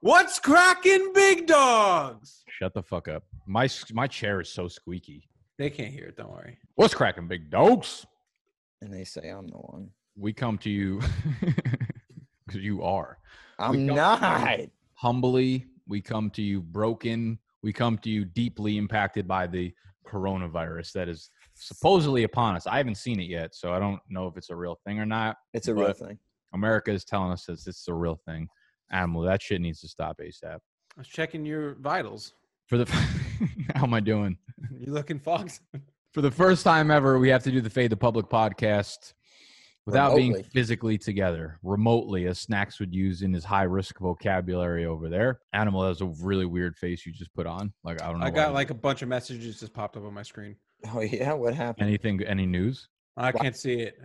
What's cracking, big dogs? Shut the fuck up. My s- my chair is so squeaky. They can't hear it. Don't worry. What's cracking, big dogs? And they say I'm the one. We come to you because you are I'm don't- not. humbly. We come to you broken. We come to you deeply impacted by the coronavirus that is supposedly upon us. I haven't seen it yet, so I don't know if it's a real thing or not. It's a real But- thing. America is telling us that this is a real thing. Animal, that shit needs to stop ASAP. I was checking your vitals. For the how am I doing? You looking fox? For the first time ever, we have to do the Fade the Public podcast without being Remotely. physically together, remotely, as Snacks would use in his high risk vocabulary over there. Animal has a really weird face you just put on. Like I don't know. I why got you- like a bunch of messages just popped up on my screen. Oh yeah, what happened? anything, any news? I Wow. can't see it.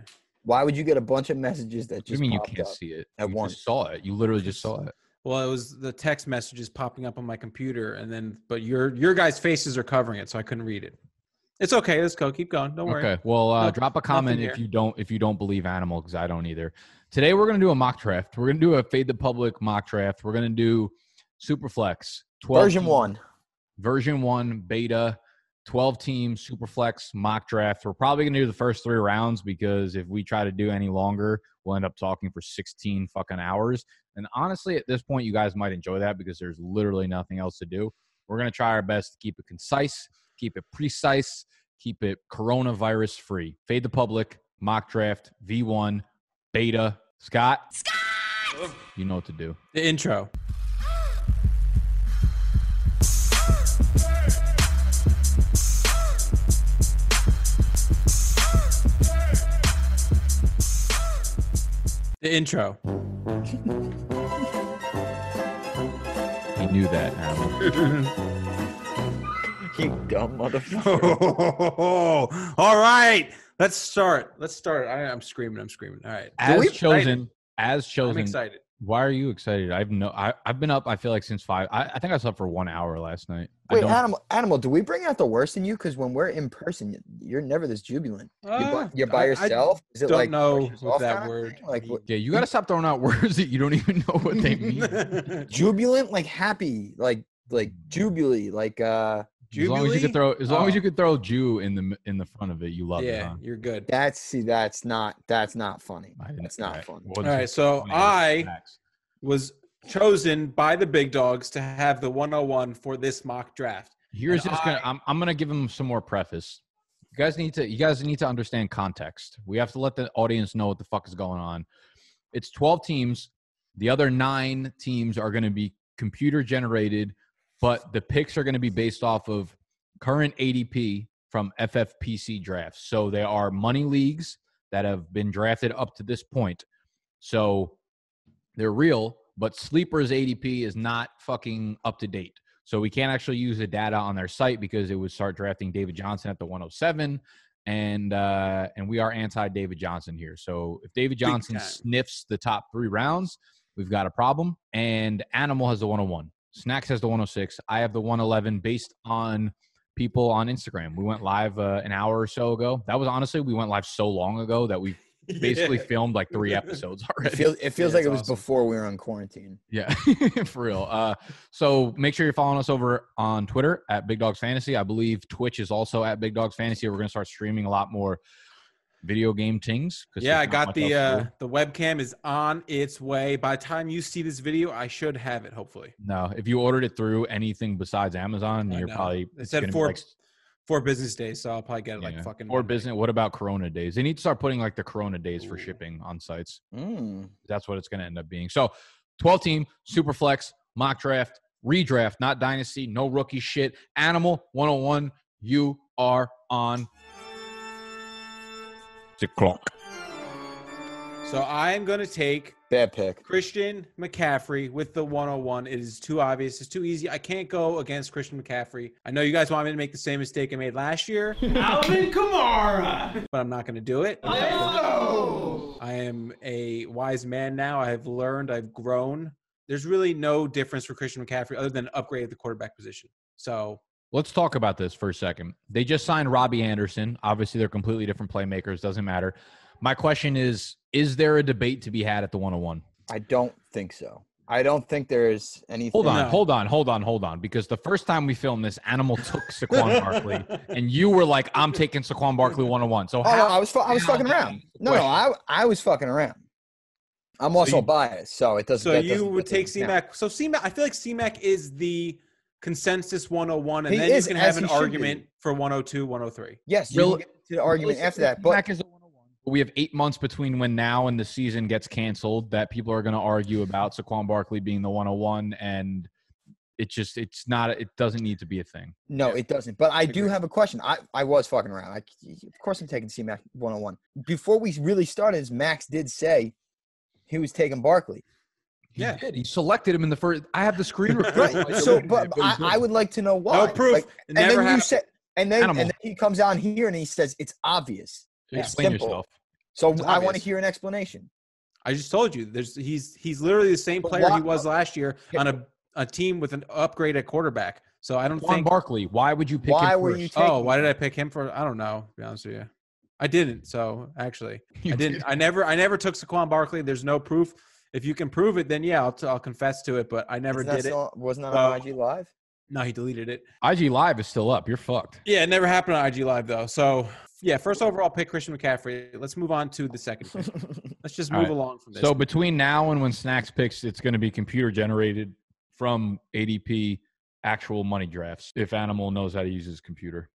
Why would you get a bunch of messages that What do you just mean you popped can't up? see it? at you once. just saw it. You literally just saw it. Well, it was the text messages popping up on my computer, and then but your your guys' faces are covering it, so I couldn't read it. It's okay. Let's go. Keep going. Don't worry. Okay. Well, uh, No- drop a comment if here. you don't if you don't believe animal because I don't either. Today we're gonna do a mock draft. We're gonna do a fade the public mock draft. We're gonna do Superflex 12 Version team- one. version one beta 12 team superflex mock draft we're probably going to do the first three rounds because if we try to do any longer we'll end up talking for 16 fucking hours and honestly at this point you guys might enjoy that because there's literally nothing else to do we're going to try our best to keep it concise keep it precise keep it coronavirus free fade the public mock draft v1 beta scott scott you know what to do The intro. The intro. he knew that animal You dumb motherfucker. All right, let's start. Let's start. I, I'm screaming. I'm screaming. All right. as we- chosen as I'm chosen excited. Why are you excited? I've no, I, I've been up. I feel like since five. I, I think I slept for one hour last night. I Wait, don't, animal, animal. Do we bring out the worst in you? Because when we're in person, you're never this jubilant. You Ah, bu- you're by I- I yourself. Is it don't like know brushes what off that kinda word thing? Like what- Yeah, you gotta stop throwing out words that you don't even know what they mean. as jubilant, like happy, like like jubilee, like uh. long as you Jubilee? could throw, as long as Oh. you could throw Jew in the m- in the front of it, you love it. yeah, Huh? you're good. That's see, that's not that's not funny. I didn't- That's not alright, fun. well, All right, this is so funny. I Facts. was chosen by the big dogs to have the 101 for this mock draft. here's and just gonna. I'm, I'm gonna give him some more preface. You guys need to. You guys need to understand context. We have to let the audience know what the fuck is going on. It's 12 teams. The other nine teams are going to be computer generated, but the picks are going to be based off of current ADP from FFPC drafts. So there are money leagues that have been drafted up to this point. So they're real, but Sleeper's ADP is not fucking up to date. So we can't actually use the data on their site because it would start drafting David Johnson at the 107 and uh, and we are anti David Johnson here. So if David Johnson time. sniffs the top three rounds, we've got a problem. And Animal has the 101, Snacks has the 106, I have the 111 based on people on Instagram. We went live uh, an hour or so ago. That was honestly we went live so long ago that we basically filmed like three episodes It already. feels it feels Yeah, like it's it was awesome. before we were on quarantine. Yeah, for real. Uh, so make sure you're following us over on Twitter at Big Dogs Fantasy. I believe Twitch is also at Big Dogs Fantasy. We're going to start streaming a lot more video game things. 'cause Yeah, I there's not got much the else uh, to do. the webcam is on its way. By the time you see this video, I should have it. Hopefully, no, if you ordered it through anything besides Amazon, I you're know. probably It it's said gonna be four- like, four business days, so I'll probably get it like yeah. fucking or Monday. business. What about Corona days? They need to start putting like the Corona days for Ooh. shipping on sites. Mm. That's what it's going to end up being. So, 12 team, super flex, mock draft, redraft, not dynasty, no rookie shit. Animal 101, you are on. The clock. So I am going to take Bad pick. Christian McCaffrey with the 101. It is too obvious. It's too easy. I can't go against Christian McCaffrey. I know you guys want me to make the same mistake I made last year, Alvin Kamara. but I'm not going to do it. Let's go. I am a wise man now. I have learned. I've grown. There's really no difference for Christian McCaffrey other than upgrade at the quarterback position. So Let's talk about this for a second. They just signed Robbie Anderson. Obviously, they're completely different playmakers. Doesn't matter. My question is Is there a debate to be had at the 101? I don't think so. I don't think there's anything. Hold on, No. hold on, hold on, hold on. Because the first time we filmed this, Animal took Saquon Barkley, and you were like, "I'm taking Saquon Barkley 101." So Oh, no, how? I was fu- I was how fucking did around. you- No, no, I I was fucking around. I'm also you- biased, so it doesn't. So that you doesn't- would that take doesn't count. CMAC. So CMAC, I feel like CMAC is the consensus 101, and He then is, you can as have an he should be. argument for 102, 103. Yes, you Real- can get to the argument after that, but Mac is a 101. But we have eight months between when now and the season gets canceled that people are going to argue about Saquon Barkley being the 101, and it just it's not it doesn't need to be a thing. no, Yeah. it doesn't. But I do Agreed. have a question. I, I was fucking around. I, of course, I'm taking CMAC 101. Before we really started, is Max did say he was taking Barkley. He Yeah. did. He selected him in the first. I have the screen Right, recording. So, but I, I would like to know why. No proof. Like, and Never then you happened. said, and then, and Animal. then he comes on here and he says it's obvious. explain simple. yourself. So It's I want to obvious. hear an explanation. I just told you, there's he's he's literally the same But player why- he was last year Yeah. on a, a team with an upgrade at quarterback. So I don't Saquon think. Barkley. Why would you pick? Why him were first? you taking? Oh, why did I pick him for? I don't know. To be honest with you, I didn't. So actually, You I didn't. I never. I never took Saquon Barkley. There's no proof. If you can prove it, then yeah, I'll, t- I'll confess to it. But I never Isn't that did it. still- Wasn't that So- on IG Live? No, he deleted it. IG Live is still up. You're fucked. Yeah, it never happened on IG Live though. So yeah, first overall pick Christian McCaffrey. Let's move on to the second. pick. Let's just All move right. along from this. So between now and when Snacks picks, it's going to be computer generated from ADP actual money drafts. If Animal knows how to use his computer,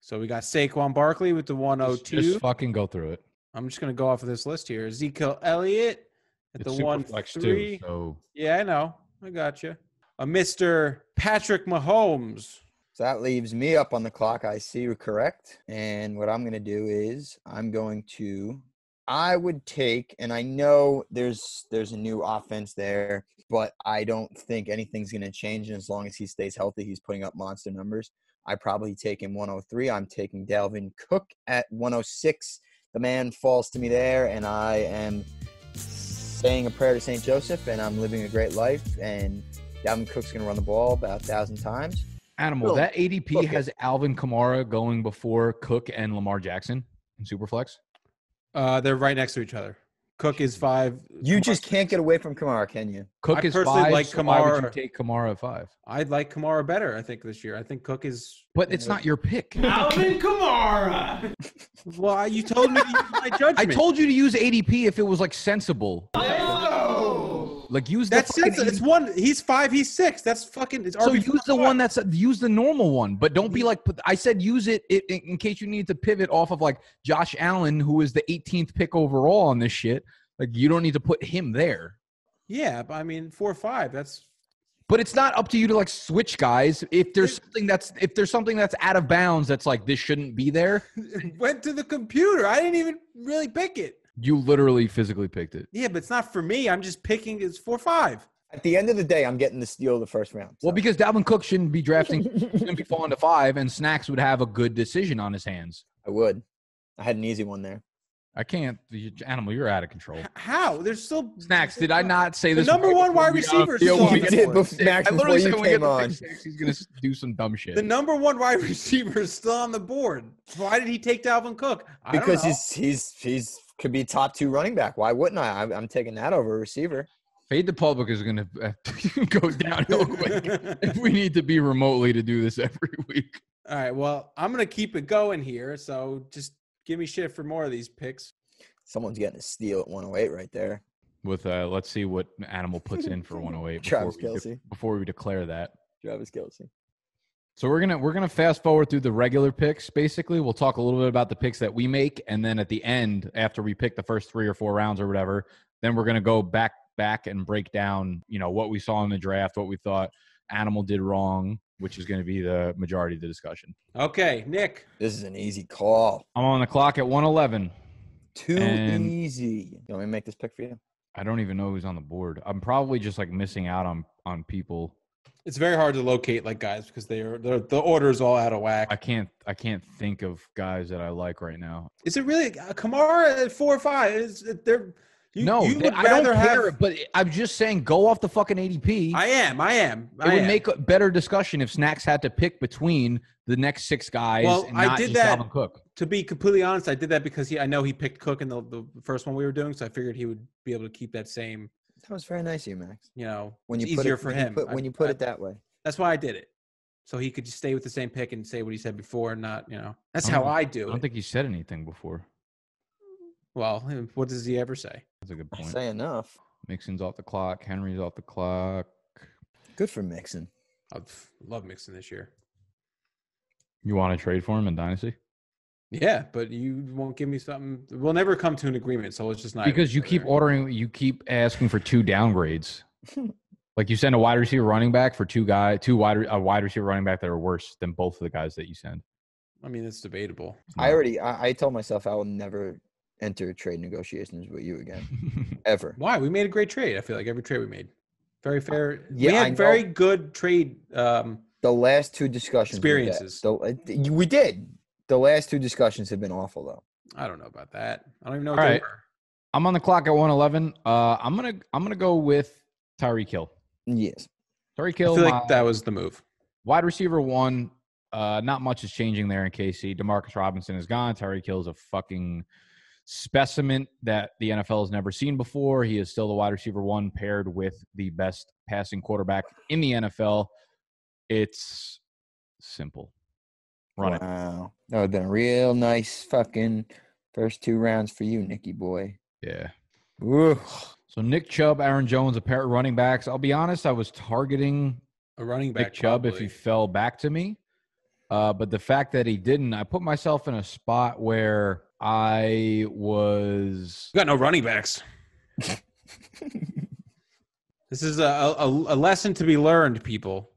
So we got Saquon Barkley with the Just- 102. just fucking go through it. I'm just going to go off of this list here. Ezekiel Elliott at It's the super one flex three. too. So Yeah, I know. I got you. A Mr. Patrick Mahomes. So that leaves me up on the clock. I see you're correct. And what I'm going to do is I'm going to I would take and I know there's there's a new offense there, but I don't think anything's going to change and as long as he stays healthy, he's putting up monster numbers. I probably take him 103. I'm taking Dalvin Cook at 106. The man falls to me there and I am saying a prayer to St. Joseph and I'm living a great life and Dalvin Cook's going to run the ball about 1,000 times. Animal, Look, that ADP look it. has Alvin Kamara going before Cook and Lamar Jackson in Superflex. Uh, they're right next to each other. Cook is five. You just can't get away from Kamara, can you? Cook I is personally five. like so why would you Kamara. take Kamara at five? I like Kamara better, I think, this year. I think Cook is. But it's not your pick. Alvin Kamara. Well, I- you told me to use my judgment. I told you to use ADP if it was like sensible. Let's go. Like use the That's fucking sense. It's ADP. one. He's five. He's six. That's fucking. It's So RB use the one that's use the normal one, but don't Mm-hmm. be like. But I said use it i- in, in case you need to pivot off of like Josh Allen, who is the 18th pick overall on this shit. Like you don't need to put him there. Yeah, but I mean, four or five. That's But it's not up to you to like switch guys. If there's something that's if there's something that's out of bounds, that's like this shouldn't be there. went to the computer. I didn't even really pick it. You literally physically picked it. Yeah, but it's not for me. I'm just picking. It's four or five. At the end of the day, I'm getting the steal of the first round. Well, because Dalvin Cook shouldn't be drafting, shouldn't be falling to five, and Snacks would have a good decision on his hands. I would. I had an easy one there. I can't, you- animal, you're out of control. H- How? There's still Snacks, did I not say The this? number right one before wide we got receiver on the field? is You When we did get before. bef- Max, I literally said before when you we get came to on. pick six, he's gonna s- do some dumb shit. The number one wide receiver is still on the board. Why did he take Dalvin Cook? I don't Because know. he's he's he's could be top two running back. Why wouldn't I? I'm, I'm taking that over a receiver. Fade the public is gonna uh, go downhill quick if we need to be remotely to do this every week. All right. Well, I'm gonna keep it going here. So just give me shit for more of these picks. Someone's getting a steal at 108 right there. With uh, let's see what animal puts in for 108 before Travis we, de- Kelce. before we declare that. Travis Kelsey. So we're gonna we're gonna fast forward through the regular picks. Basically, we'll talk a little bit about the picks that we make, and then at the end, after we pick the first three or four rounds or whatever, then we're gonna go back back and break down, you know, what we saw in the draft, what we thought Animal did wrong, which is gonna be the majority of the discussion. Okay, Nick. This is an easy call. I'm on the clock at 111. Too And- easy. You want me to make this pick for you? I don't even know who's on the board. I'm probably just like missing out on on people. It's very hard to locate like guys because they are they're- the order is all out of whack. I can't I can't think of guys that I like right now. Is it really uh, Kamara at four or five? Is it- they're you, no, you they- would I rather don't care. have. But I'm just saying, go off the fucking ADP. I am. I am. it I would am. make a better discussion if Snacks had to pick between the next six guys Well, and I not did just that- Dalvin Cook. to be completely honest, I did that because he. I know he picked Cook in the, the first one we were doing, so I figured he would be able to keep that same That was very nice of you, Max. You know, When you it's put easier it, for when you him. put- I- when you put I- it that way. That's why I did it, so he could just stay with the same pick and say what he said before, and not you know. That's I how don't- I I do don't it. think he said anything before. Well, eh, what does he ever say? That's a good I point. say enough. Mixon's off the clock. Henry's off the clock. Good for Mixon. I f- love Mixon this year. You want to trade for him in Dynasty? Yeah, but you won't give me something. We'll never come to an agreement, so it's just not. Because you keep ordering, you keep asking for two downgrades. like you send a wide receiver running back for two guy, two wide re- a wide receiver running back that are worse than both of the guys that you send. I mean, it's debatable. I already. I, I told myself I will never enter trade negotiations with you again, ever. Why? We made a great trade. I feel like every trade we made, very fair. Yeah, we I had know. very good trade. Um, The last two discussions. we had- Experiences. The, uh, we did. The last two discussions have been awful though. I don't know about that. I don't even know. All What they right. were. I'm on the clock at 111. Uh, I'm gonna I'm gonna go with Tyreek Hill. Yes. Tyreek I Hill, feel my like that was the move. wide receiver one. Uh, not much is changing there in KC. Demarcus Robinson is gone. Tyreek Hill is a fucking specimen that the NFL has never seen before. He is still the wide receiver one paired with the best passing quarterback in the NFL. It's simple. Run it. Wow. That would have been a real nice fucking first two rounds for you, Nicky boy. Yeah. Ooh. So Nick Chubb, Aaron Jones, a pair of running backs. I'll be honest, I was targeting A running back. Nick Chubb if probably. he fell back to me. Uh, but the fact that he didn't, I put myself in a spot where I was. You got no running backs. This is a, a, a lesson to be learned, people.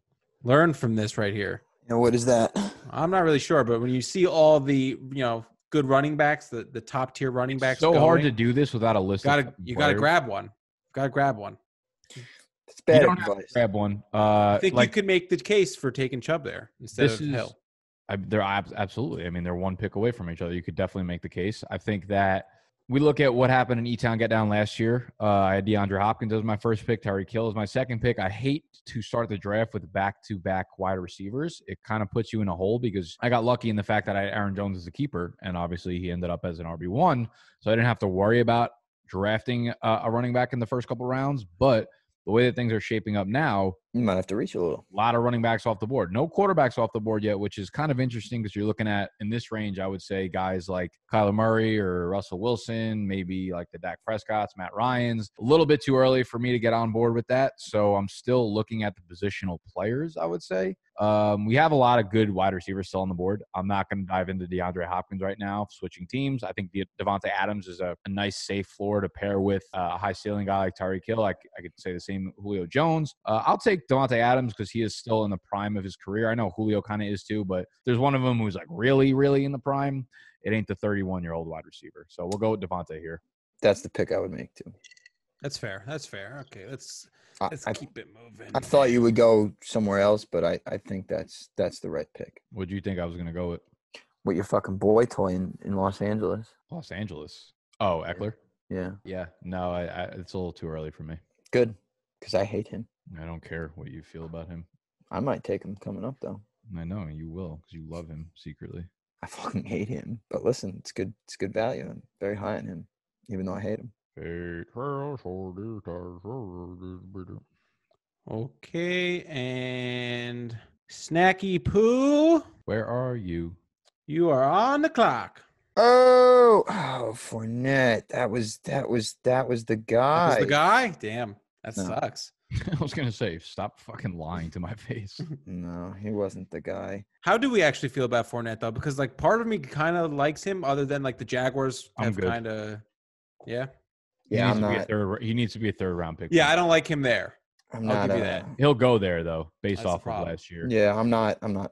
Learn from this right here. And what is that? I'm not really sure, but when you see all the you know good running backs, the, the top tier running backs, so hard to going, do this without a list. of Gotta fucking you gotta players. grab one. Gotta grab one. It's bad You don't have to advice. grab one. Uh, I think like you could make the case for taking Chubb there instead this of is- Hill. I, they're ab- absolutely. I mean, they're one pick away from each other. You could definitely make the case. I think that we look at what happened in E Town Get Down last year. Uh, I had DeAndre Hopkins as my first pick. Tyreek Hill as my second pick. I hate to start the draft with back to back wide receivers. It kind of puts you in a hole because I got lucky in the fact that I had Aaron Jones as a keeper, and obviously he ended up as an RB1. So I didn't have to worry about drafting uh, a running back in the first couple rounds. But the way that things are shaping up now, You might have to reach a little. a lot of running backs off the board. No quarterbacks off the board yet, which is kind of interesting because you're looking at in this range, I would say guys like Kyler Murray or Russell Wilson, maybe like the Dak Prescott's, Matt Ryan's. A little bit too early for me to get on board with that. So I'm still looking at the positional players, I would say. Um, we have a lot of good wide receivers still on the board. I'm not going to dive into DeAndre Hopkins right now, switching teams. I think De- Devontae Adams is a, a nice, safe floor to pair with uh, a high ceiling guy like Tyreek Hill. I, c- I could say the same with Julio Jones. Uh, I'll take Devontae Adams because he is still in the prime of his career. I know Julio kind of is too, but there's one of them who's like really, really in the prime. It ain't the 31 year old wide receiver. So we'll go with Devontae here. That's the pick I would make too. That's fair. That's fair. Okay, let's I, let's I, keep it moving. I thought you would go somewhere else, but I, I think that's that's the right pick. What do you think I was going to go with? With your fucking boy toy in, in Los Angeles. Los Angeles. Oh, Eckler? Yeah. Yeah. No, I, I, it's a little too early for me. Good. Because I hate him. I don't care what you feel about him. I might take him coming up though. I know you will because you love him secretly. I fucking hate him. But listen, it's good it's good value and very high on him, even though I hate him. Wait, Okay, and snacky poo, where are you? you are on the clock. Oh, oh Fournette. That was that was that was the guy. That was the guy? Damn, that No. sucks. I was gonna say, stop fucking lying to my face. No, he wasn't the guy. How do we actually feel about Fournette though? Because like part of me kind of likes him, other than like the Jaguars I'm have good. kind of, yeah, Yeah, he needs I'm to Be a not third, he needs to be a third round pick. yeah. for I me. don't like him there. I'm I'll not give uh, you that. He'll go there though, That's based the off of problem. last year. Yeah, I'm not I'm not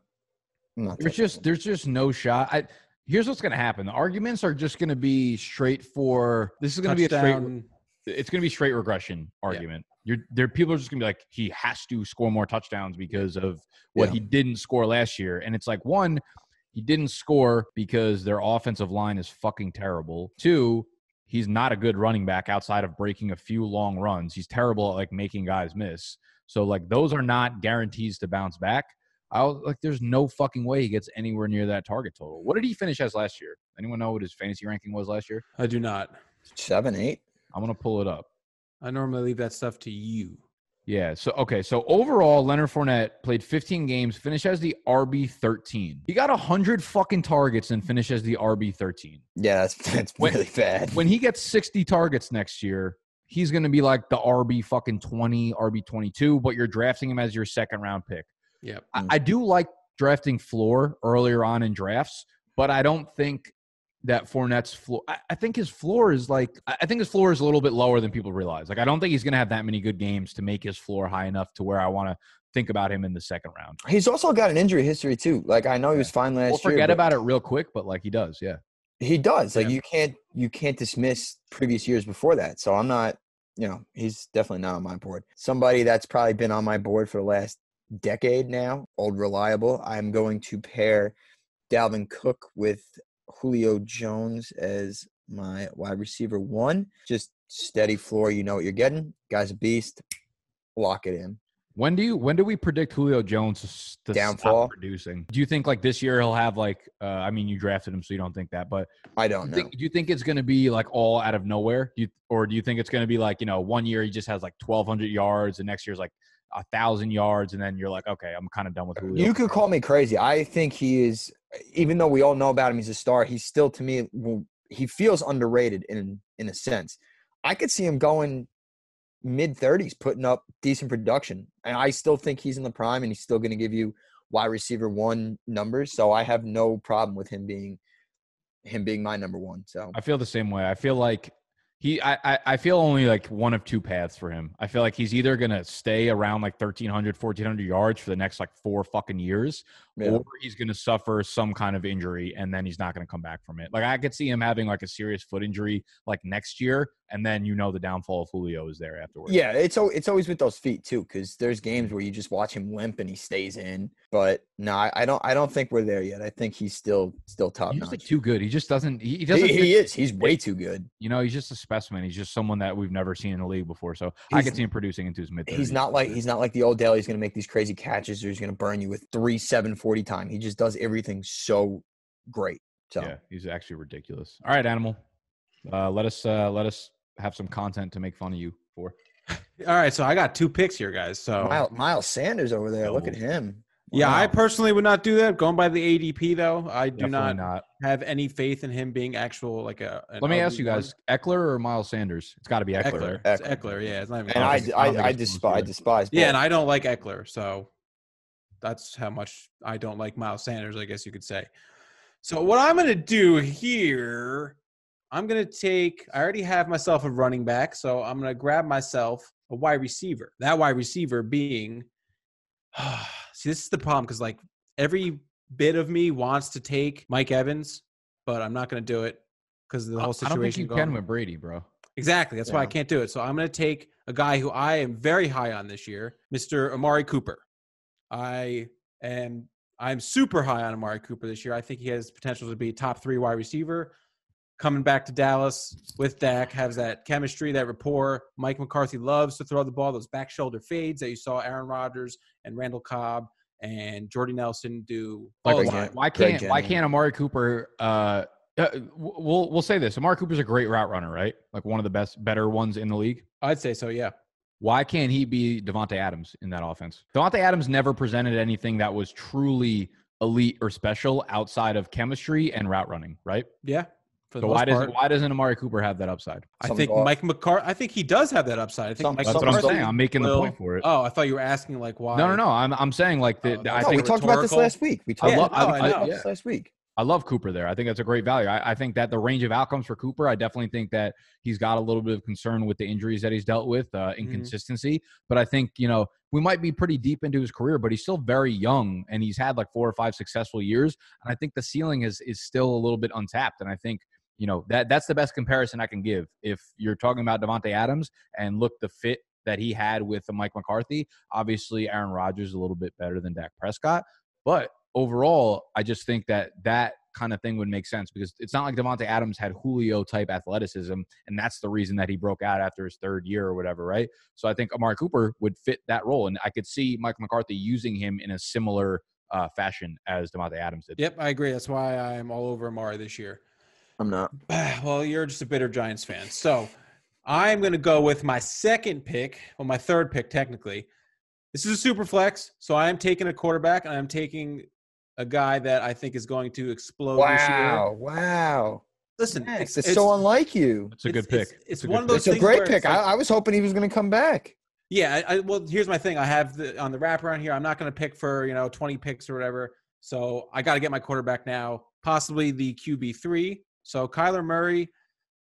I'm not There's touching just him. there's just no shot. I, here's what's gonna happen. The arguments are just gonna be straight for. This is gonna be a straight. Touchdown. it's going to be straight regression argument. You're there. People are just going to be like, he has to score more touchdowns because of what Yeah. he didn't score last year. And it's like, one, he didn't score because their offensive line is fucking terrible. Two, he's not a good running back outside of breaking a few long runs. He's terrible at like making guys miss. So like those are not guarantees to bounce back. I was like, there's no fucking way he gets anywhere near that target total. What did he finish as last year? Anyone know what his fantasy ranking was last year? I do not. seven, eight. I'm gonna pull it up. I normally leave that stuff to you. Yeah. So okay. So overall, Leonard Fournette played 15 games, finished as the RB 13. He got 100 fucking targets and finished as the RB 13. Yeah, that's, that's When- really bad. When he gets 60 targets next year, he's going to be like the RB fucking 20, RB 22. But you're drafting him as your second round pick. Yep. I, Mm. I do like drafting floor earlier on in drafts, but I don't think that Fournette's floor. I, I think his floor is like I I think his floor is a little bit lower than people realize. Like I don't think he's going to have that many good games to make his floor high enough to where I want to think about him in the second round. He's also got an injury history too. Like I know he was fine last We'll year. forget but about it real quick, but like he does, yeah. He does. Like Yeah. you can't you can't dismiss previous years before that. So I'm not. You know, he's definitely not on my board. Somebody that's probably been on my board for the last decade now, old reliable. I'm going to pair Dalvin Cook with Julio Jones as my wide receiver one. Just steady floor. You know what you're getting. Guy's a beast. Lock it in. When do you when do we predict Julio Jones to, s- to Downfall? stop producing? Do you think like this year he'll have like uh, I mean you drafted him so you don't think that, but I don't you know. think- do you think it's going to be like all out of nowhere? You, or do you think it's going to be like, you know, one year he just has like 1,200 yards and next year's like a 1,000 yards and then you're like, okay, I'm kind of done with Julio. You could call me crazy. I think he is, even though we all know about him, he's a star. He's still, to me, w- he feels underrated in in a sense. I could see him going mid thirties, putting up decent production, and I still think he's in the prime, and he's still going to give you wide receiver one numbers. So I have no problem with him being him being my number one. So I feel the same way. I feel like he, I, I, I feel only like one of two paths for him. I feel like he's either going to stay around like 1,300, 1,400 yards for the next like four fucking years, yeah. or he's going to suffer some kind of injury and then he's not going to come back from it. Like I could see him having like a serious foot injury like next year, and then you know the downfall of Julio is there afterwards. Yeah, it's al- it's always with those feet too, because there's games where you just watch him limp and he stays in. But no, I, I don't I don't think we're there yet. I think he's still still top he's notch. like too good. He just doesn't. He, he He, doesn't. he fit- is. He's way too good. You know, he's just a specimen. He's just someone that we've never seen in the league before. So I He's- could see him producing into his mid. He's not like he's not like the old Daly. He's gonna make these crazy catches or he's gonna burn you with three seven forty time. He just does everything so great. So Yeah, he's actually ridiculous. All right, animal. Uh, let us uh, let us have some content to make fun of you for. All right, so I got two picks here, guys. So Miles, Miles Sanders over there. Look at Oh. him. Oh. yeah, I Wow. personally would not do that. Going by the ADP though, I do Definitely not, have any faith in him being actual like a. an Let me ask ugly you guys: Eckler or Miles Sanders? It's got to be one. Eckler. Eckler. right? It's Eckler. Eckler. Yeah, it's not even. And I close. think- d- I don't think I, I it's close despise I either. despise Yeah, both. and I don't like Eckler, so that's how much I don't like Miles Sanders, I guess you could say. So what I'm gonna do here, I'm gonna take I already have myself a running back, so I'm gonna grab myself a wide receiver. That wide receiver being see, this is the problem because like every bit of me wants to take Mike Evans, but I'm not gonna do it because of the I- whole I situation don't think you going can on. with Brady, bro. Exactly. That's why I Yeah. can't do it. So I'm going to take a guy who I am very high on this year, Mr. Amari Cooper. I am I'm super high on Amari Cooper this year. I think he has potential to be a top three wide receiver. Coming back to Dallas with Dak has that chemistry, that rapport. Mike McCarthy loves to throw the ball, those back shoulder fades that you saw Aaron Rodgers and Randall Cobb and Jordy Nelson do. all Like, the Greg why, time. why Greg can't why Jennings. can't Amari Cooper? Uh, uh, w- we'll we'll say this: Amari Cooper's a great route runner, right? Like one of the best, better ones in the league. I'd say so, yeah. Why can't he be Devonte Adams in that offense? Devonte Adams never presented anything that was truly elite or special outside of chemistry and route running, right? Yeah. For the So most why part. doesn't why doesn't Amari Cooper have that upside? I Some think golf. Mike McCarthy. I think he does have that upside. I think Some- Mike That's Some- what I'm some- McCarthy saying. I'm making the will- point for it. Oh, I thought you were asking like why. no, no, no. I'm I'm saying like the, Oh, the- no, I No, think we talked about this rhetorical. last week. We talked Yeah, about no, I I know. this last week. I love Cooper there. I think that's a great value. I, I think that the range of outcomes for Cooper, I definitely think that he's got a little bit of concern with the injuries that he's dealt with, uh, inconsistency. But I think, you know, we might be pretty deep into his career, but he's still very young and he's had like four or five successful years. And I think the ceiling is is still a little bit untapped. And I think, you know, that that's the best comparison I can give. If you're talking about Devontae Adams and look the fit that he had with the Mike McCarthy, obviously Aaron Rodgers is a little bit better than Dak Prescott. But overall, I just think that that kind of thing would make sense because it's not like Devonte Adams had Julio type athleticism, and that's the reason that he broke out after his third year or whatever, right? So I think Amari Cooper would fit that role, and I could see Mike McCarthy using him in a similar uh, fashion as Devonte Adams did. Yep, I agree. That's why I'm all over Amari this year. I'm not. well, you're just a bitter Giants fan. So I'm going to go with my second pick, well, my third pick technically. This is a super flex, so I am taking a quarterback, and I'm taking a guy that I think is going to explode this year. Wow. Wow. Listen, Max, it's, so unlike you. It's a good pick. it's- It's, one of those. It's a things great where pick. like- I, I was hoping he was going to come back. Yeah, I, I, well, here's my thing. I have the on the wraparound here. I'm not going to pick for you know 20 picks or whatever. So I got to get my quarterback now, possibly the QB three. So Kyler Murray,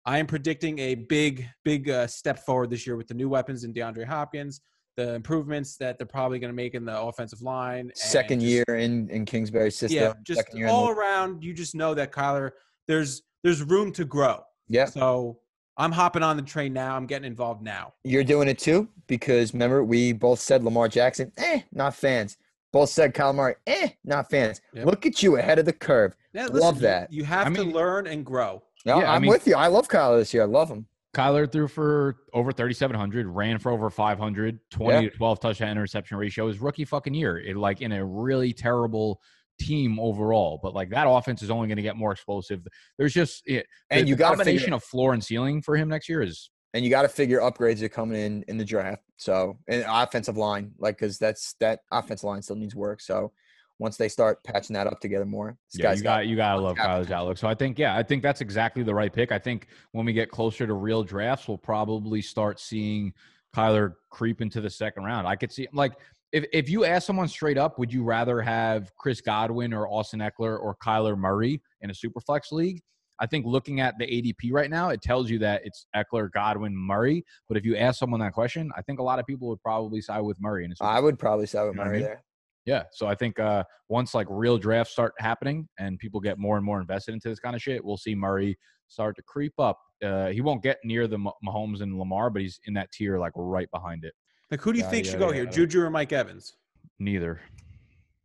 I am predicting a big, big uh, step forward this year with the new weapons and DeAndre Hopkins, the improvements that they're probably going to make in the offensive line. and Second just- year in in Kingsbury system. yeah, just second year in all the- around. You just know that Kyler, there's there's room to grow. yeah. So I'm hopping on the train now. I'm getting involved now. You're doing it too because remember we both said Lamar Jackson, eh, not fans. Both said Kyle Murray, eh, not fans. Yep. Look at you ahead of the curve. Yeah, Love listen, you- that. You have I to mean- learn and grow. No, Yeah, I I'm mean- with you. I love Kyle this year. I love him. Kyler threw for over 3,700, ran for over 500, 20 to 12 touchdown interception ratio. His rookie fucking year, it, like in a really terrible team overall. But like that offense is only going to get more explosive. There's just it, And the you got to combination figure, of floor and ceiling for him next year is and you got to figure upgrades are coming in in the draft. So and offensive line, like because that's that offensive line still needs work. So once they start patching that up together more, this Yeah, guy's you got you gotta love untapped Kyler's outlook. So I think yeah, I think that's exactly the right pick. I think when we get closer to real drafts, we'll probably start seeing Kyler creep into the second round. I could see like if if you ask someone straight up, would you rather have Chris Godwin or Austin Eckler or Kyler Murray in a superflex league? I think looking at the ADP right now, it tells you that it's Eckler, Godwin, Murray. But if you ask someone that question, I think a lot of people would probably side with Murray. In a I would probably side with You know what I Murray mean? there. yeah. So I think uh, once like real drafts start happening and people get more and more invested into this kind of shit, we'll see Murray start to creep up. Uh, he won't get near the Mah- Mahomes and Lamar, but he's in that tier like right behind it. Like, who do you Yeah, think yeah, should go yeah, here, yeah. Juju or Mike Evans? Neither.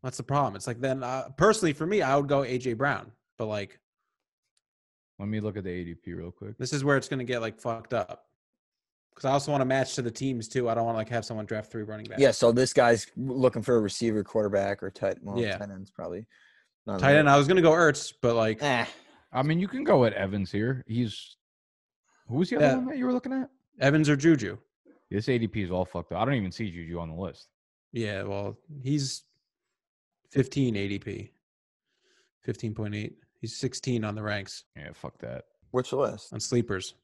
That's the problem. It's like then, uh, personally, for me, I would go AJ Brown. But like, Let me look at the ADP real quick. this is where it's going to get like fucked up. Because I also want to match to the teams too. I don't want to like have someone draft three running backs. Yeah, so this guy's looking for a receiver, quarterback, or tight. Well, Yeah. tight end's probably. not Tight end. available. I was going to go Ertz, but like, Eh, I mean, you can go at Evans here. He's who was the other Yeah. one that you were looking at? Evans or Juju. This ADP is all fucked up. I don't even see Juju on the list. Yeah. Well, he's 15 ADP, 15.8. He's 16 on the ranks Yeah, fuck that. which list? on sleepers.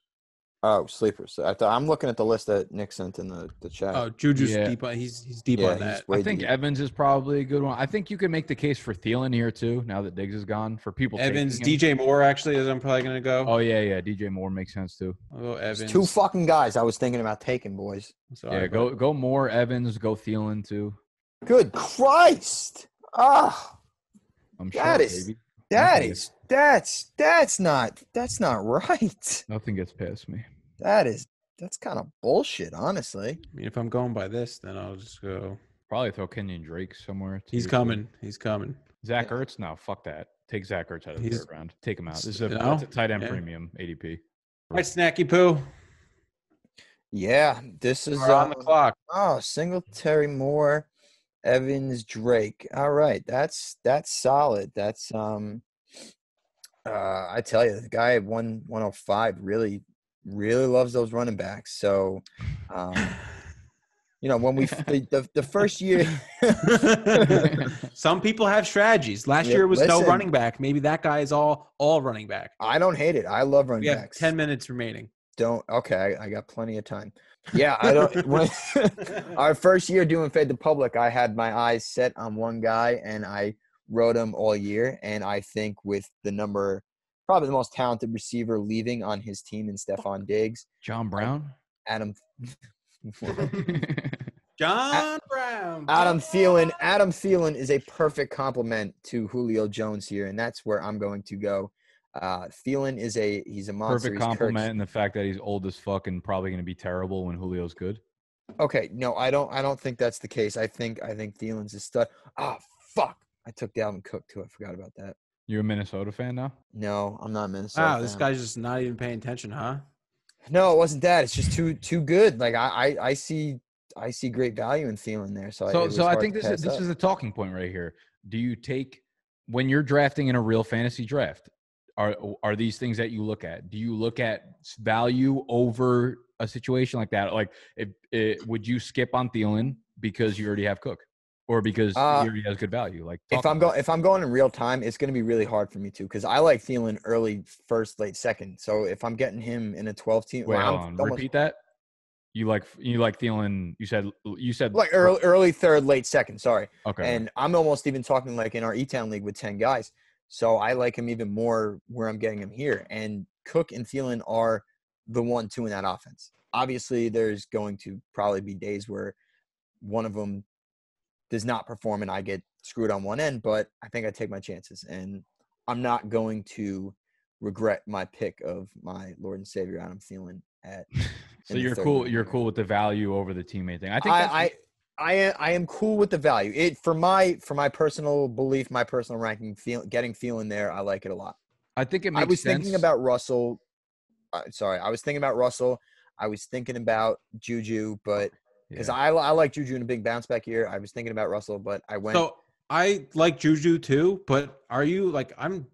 Oh, sleepers. I thought, I'm looking at the list that Nick sent in the, the chat. Oh, Juju's Yeah. deep. On, he's he's deep Uh, Yeah, on he's that. way I think deep. Evans is probably a good one. I think you can make the case for Thielen here too. Now that Diggs is gone, for people. taking Evans, him. DJ Moore actually is. I'm probably going to go. Oh yeah, yeah. DJ Moore makes sense too. I'll go There's Evans. two fucking guys I was thinking about taking, boys. Sorry, yeah, but- go go more Evans, go Thielen too. Good Christ! Ah, I'm sure That is- baby. that Okay. is that's that's not that's not right. nothing gets past me. That is that's kind of bullshit, honestly. I mean, if I'm going by this, then I'll just go. Probably throw Kenyon Drake somewhere. too, He's too. coming. He's coming. Zach Ertz? No, fuck that. Take Zach Ertz out of the He's- third round. Take him out. This is a, You know? that's a tight end Yeah. premium ADP. All right, Snacky Poo. Yeah, this is We're on the uh, clock. Oh, Singletary, Moore, Evans, Drake. All right, that's that's solid. That's um, uh, I tell you, the guy at one one hundred five really really loves those running backs. So, um, you know, when we f- the the, the first year, Some people have strategies. Last Yeah, year it was no listen. running back. Maybe that guy is all all running back. I don't hate it. I love We running have backs. ten minutes remaining. Don't okay, I, I got plenty of time. Yeah, I don't. when- our first year doing Fade the Public, I had my eyes set on one guy and I rode him all year. And I think with the number, probably the most talented receiver leaving on his team in Stephon Diggs, John Brown? Adam. John Brown. Adam Thielen. Adam Thielen is a perfect complement to Julio Jones here, and that's where I'm going to go. Uh, Thielen is a he's a monster. Perfect he's Kirk's- compliment and the fact that he's old as fuck and probably going to be terrible when Julio's good. Okay, no, I don't. I don't think that's the case. I think I think Thielen's a stud. Ah, fuck! I took Dalvin Cook too. I forgot about that. You're a Minnesota fan now? No, I'm not Minnesota. Wow, this fan. guy's just not even paying attention, huh? No, it wasn't that. It's just too too good. Like I I, I see I see great value in Thielen there. So it So, was so I hard think to this is, pass this up. is a talking point right here. Do you take when you're drafting in a real fantasy draft? are are these things that you look at? Do you look at s- value over a situation like that? Like, if it, would you skip on Thielen because you already have Cook, or because Uh, he already has good value? Like, If talk I'm about going, if I'm going in real time, it's going to be really hard for me too because I like Thielen early first, late second. So if I'm getting him in a 12 team, it. wait, well, hold I'm on, almost- repeat that. You like you like Thielen? You said you said like early, early third, late second. Sorry, Okay, and I'm almost even talking like in our E Town league with 10 guys. So I like him even more where I'm getting him here. And Cook and Thielen are the one, two in that offense. Obviously, there's going to probably be days where one of them does not perform and I get screwed on one end, but I think I take my chances. And I'm not going to regret my pick of my Lord and Savior Adam Thielen at so in the you're third cool. round. You're cool with the value over the teammate thing. I think that's- I, I I am- I am cool with the value. It for my for my personal belief, my personal ranking, feel, getting feeling there, I like it a lot. I think it makes I was sense. thinking about Russell. Uh, sorry, I was thinking about Russell. I was thinking about Juju, but because Oh, Yeah. I I like Juju in a big bounce back year, I was thinking about Russell, but I went. So I like Juju too, but are you like I'm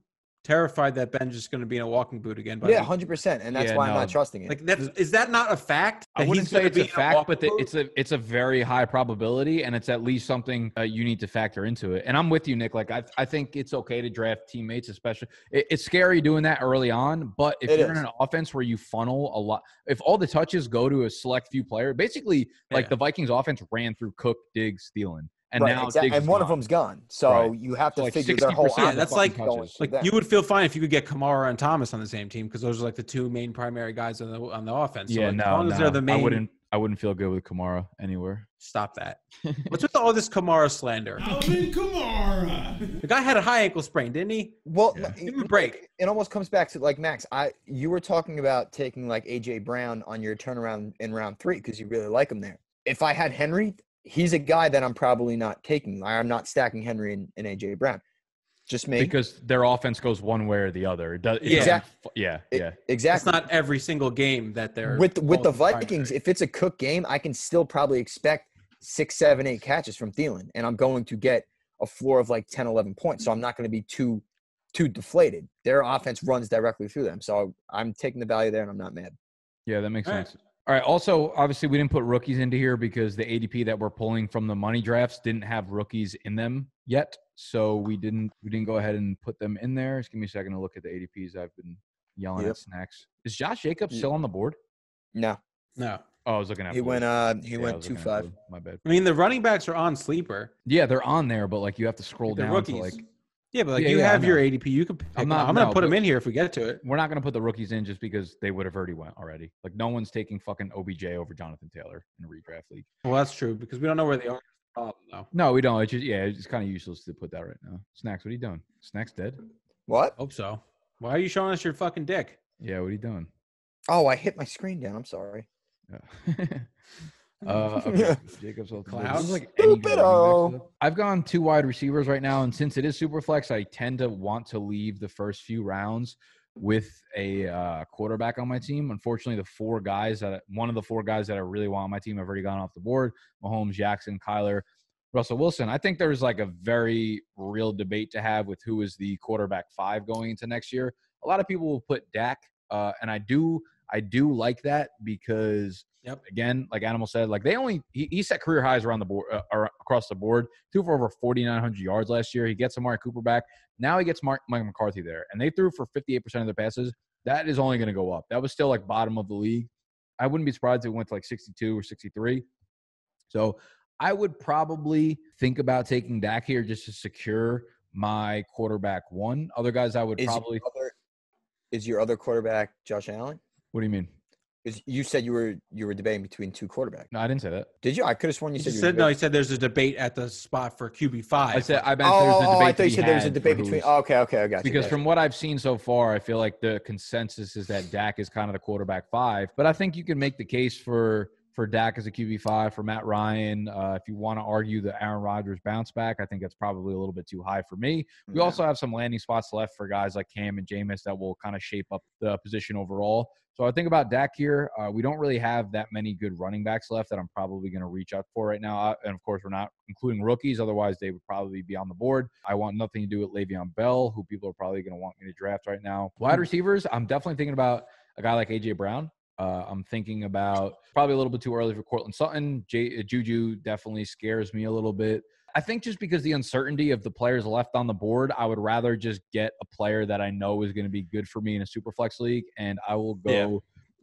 terrified that Ben's just going to be in a walking boot again? By yeah, the- hundred percent, and that's Yeah, why I'm no. not trusting it. like that's is that not a fact? I that wouldn't he's say gonna it's a be in fact, but walking the, boot? it's a it's a very high probability, and it's at least something uh, you need to factor into it. And I'm with you, Nick. Like I, I think it's okay to draft teammates, especially it, it's scary doing that early on. But if It you're is. in an offense where you funnel a lot, if all the touches go to a select few player, basically like Yeah. the Vikings offense ran through Cook, Diggs, Thielen, and Right, now exact- Diggs and is one gone. of them's gone, so Right. you have to So, like, figure their whole. 60%, offense that's is like- going touches. to Like that. you would feel fine if you could get Kamara and Thomas on the same team because those are like the two main primary guys on the on the offense. So, Yeah, like, no, as long no as they're the main, I wouldn't. I wouldn't feel good with Kamara anywhere. stop that. What's with all this Kamara slander? Alvin Kamara. The guy had a high ankle sprain, didn't he? Well, Yeah. no, Give him a it- break. It almost comes back to like Max. I you were talking about taking like AJ Brown on your turnaround in round three because you really like him there. If I had Henry, he's a guy that I'm probably not taking. I- I'm not stacking Henry and, and AJ Brown. Just me. because their offense goes one way or the other. It does, it Yeah. doesn't fu- yeah, It- yeah. It's exactly. not every single game that they're with the- with the both primary. Vikings, if it's a Cook game, I can still probably expect six, seven, eight catches from Thielen, and I'm going to get a floor of like 10, 11 points. So I'm not going to be too too deflated. Their offense runs directly through them, so I'm taking the value there, and I'm not mad. Yeah, that makes All right. sense. All right. Also, obviously, we didn't put rookies into here because the ADP that we're pulling from the money drafts didn't have rookies in them yet, so we didn't we didn't go ahead and put them in there. Just give me a second to look at the ADPs. I've been yelling Yep. at snacks. Is Josh Jacobs Ye- still on the board? No, no. Oh, I was looking at. he Blue. went. Uh, he Yeah, I went was two looking at five. Blue. My bad. I mean the running backs are on sleeper. Yeah, they're on there, but like you have to scroll They're down rookies. to like. yeah, but like Yeah, you yeah, I have your know. ADP. You can. Pick I'm I'm not- not. I'm gonna no, put them but- in here if we get to it. We're not going to put the rookies in just because they would have already went already. Like no one's taking fucking OBJ over Jonathan Taylor in a redraft league. Well, that's true because we don't know where they are. Oh, no. No, we don't. It's just, yeah, it's kind of useless to put that right now. Snacks, what are you doing? Snacks dead? What? Hope so. Why are you showing us your fucking dick? Yeah, what are you doing? Oh, I hit my screen down. I'm sorry. Yeah. uh, okay. Jacobs will Cloud. Stupido. I've gone two wide receivers right now, and since it is super flex, I tend to want to leave the first few rounds with a uh, quarterback on my team. Unfortunately, the four guys that one of the four guys that I really want on my team have already gone off the board: Mahomes, Jackson, Kyler, Russell Wilson. I think there's like a very real debate to have with who is the quarterback five going into next year. A lot of people will put Dak, uh, and I do, I do like that because, Yep. again, like Animal said, like they only he, he set career highs around the board, uh, ar- across the board, two for over 4,900 yards last year. He gets Amari Cooper back. Now he gets Mark Mike McCarthy there, and they threw for 58% of their passes. That is only going to go up. That was still like bottom of the league. I wouldn't be surprised if it went to like 62 or 63. So I would probably think about taking Dak here just to secure my quarterback one. Other guys I would Is probably. your other, is your other quarterback Josh Allen? What do you mean? Is you said you were you were debating between two quarterbacks? No, I didn't say that. Did you? I could have sworn He you said just you said were no. debating- He said there's a debate at the spot for QB five. I said I meant Oh, there's a oh, debate. oh, I to thought you be said there was a had for debate between. who's- Oh, okay, okay, I got you. because got from what I've seen so far, I feel like the consensus is that Dak is kind of the quarterback five. But I think you can make the case for for Dak as a QB five for Matt Ryan. Uh, if you want to argue the Aaron Rodgers bounce back, I think that's probably a little bit too high for me. We Yeah. also have some landing spots left for guys like Cam and Jameis that will kind of shape up the position overall. So I think about Dak here. Uh, we don't really have that many good running backs left that I'm probably going to reach up for right now. Uh, And of course, we're not including rookies. Otherwise, they would probably be on the board. I want nothing to do with Le'Veon Bell, who people are probably going to want me to draft right now. Wide receivers, I'm definitely thinking about a guy like AJ Brown. Uh, I'm thinking about probably a little bit too early for Cortland Sutton. J- Juju definitely scares me a little bit. I think just because the uncertainty of the players left on the board, I would rather just get a player that I know is going to be good for me in a super flex league, and I will go. Yeah.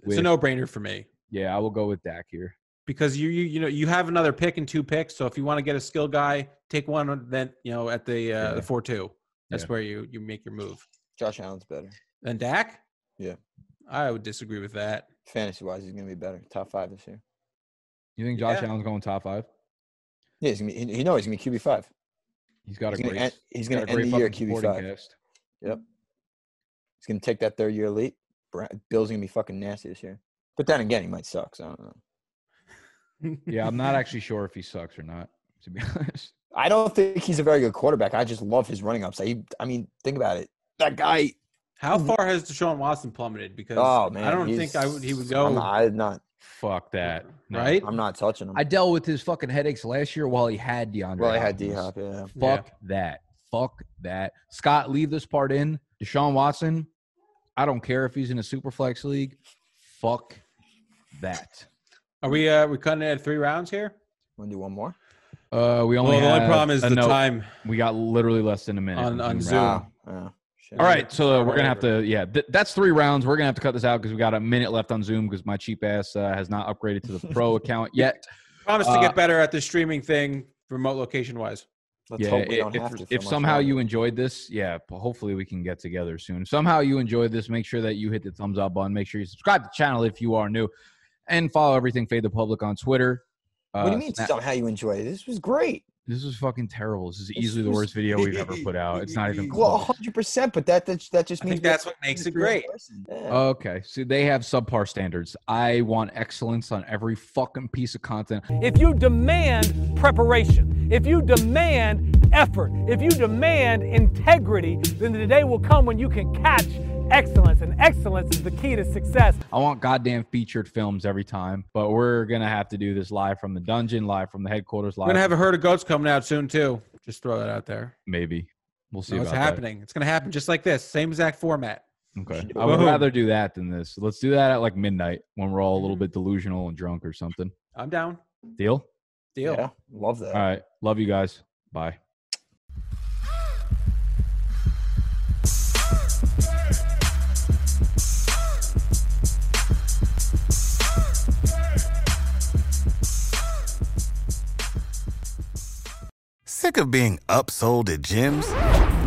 It's with, a no-brainer for me yeah, I will go with Dak here. because you you you know you have another pick and two picks. So if you want to get a skill guy, take one. Then you know at the uh, Yeah. the four two, that's Yeah. where you you make your move. Mm-hmm. Josh Allen's better. And Dak, Yeah. I would disagree with that. Fantasy wise, he's gonna be better. Top five this year. You think Josh Yeah. Allen's going top five? Yeah, he's gonna be. You know, he's gonna be QB five. He's got a He's gonna great. end- he's got gonna a end great the year fucking QB supporting five. cast. He's gonna take that third year leap. Bra- Bill's gonna be fucking nasty this year. But then again, he might suck. So I don't know. Yeah, I'm not actually sure if he sucks or not. To be honest, I don't think he's a very good quarterback. I just love his running ups. I, I mean, think about it. That guy. How far has Deshaun Watson plummeted? Because Oh man, I don't think he's- I would, he would I'm go not, I'm not. fuck that. No. right. I'm not touching him. I dealt with his fucking headaches last year while he had DeAndre. well, I had D Hopkins. Hop. Yeah. Yeah. Fuck that. Fuck that. Scott, leave this part in. Deshaun Watson, I don't care if he's in a super flex league. Fuck that. Are we uh we cutting it at three rounds here? Want to do one more? Uh, we only. well, the only have problem is a the note. time. We got literally less than a minute On- We on can Zoom. wrap. Wow. Yeah. Shit. All right, so we're gonna have to. Yeah, th- that's three rounds. We're gonna have to cut this out because we got a minute left on Zoom because my cheap ass uh, has not upgraded to the pro account yet. Promise to Uh, get better at the streaming thing, remote location wise. Let's yeah, hope we i- don't if, have to. for if much somehow longer. you enjoyed this, yeah, p- hopefully we can get together soon. If somehow you enjoyed this, make sure that you hit the thumbs up button. Make sure you subscribe to the channel if you are new, and follow everything Fade the Public on Twitter. Uh, What do you mean? Snap- Somehow you enjoy it? This was great. This is fucking terrible. This is This easily the was- worst video we've ever put out. It's not even Well, close. hundred percent. But that that, that just I means think that's what makes it great. Yeah. Okay, so they have subpar standards. I want excellence on every fucking piece of content. if you demand preparation, if you demand effort, if you demand integrity, then the day will come when you can catch excellence. And excellence is the key to success. I want goddamn featured films every time, but we're gonna have to do this live from the dungeon, live from the headquarters, We're live. gonna have a herd of goats coming out soon too. Just throw that out there. maybe we'll see. No, it's about that. happening. It's gonna happen just like this, same exact format. Okay. should do I it. would Boom. rather do that than this. Let's do that at like midnight when we're all a little bit delusional and drunk or something. I'm down. Deal? Deal. Yeah, love that. All right. Love you guys. Bye. Sick of being upsold at gyms?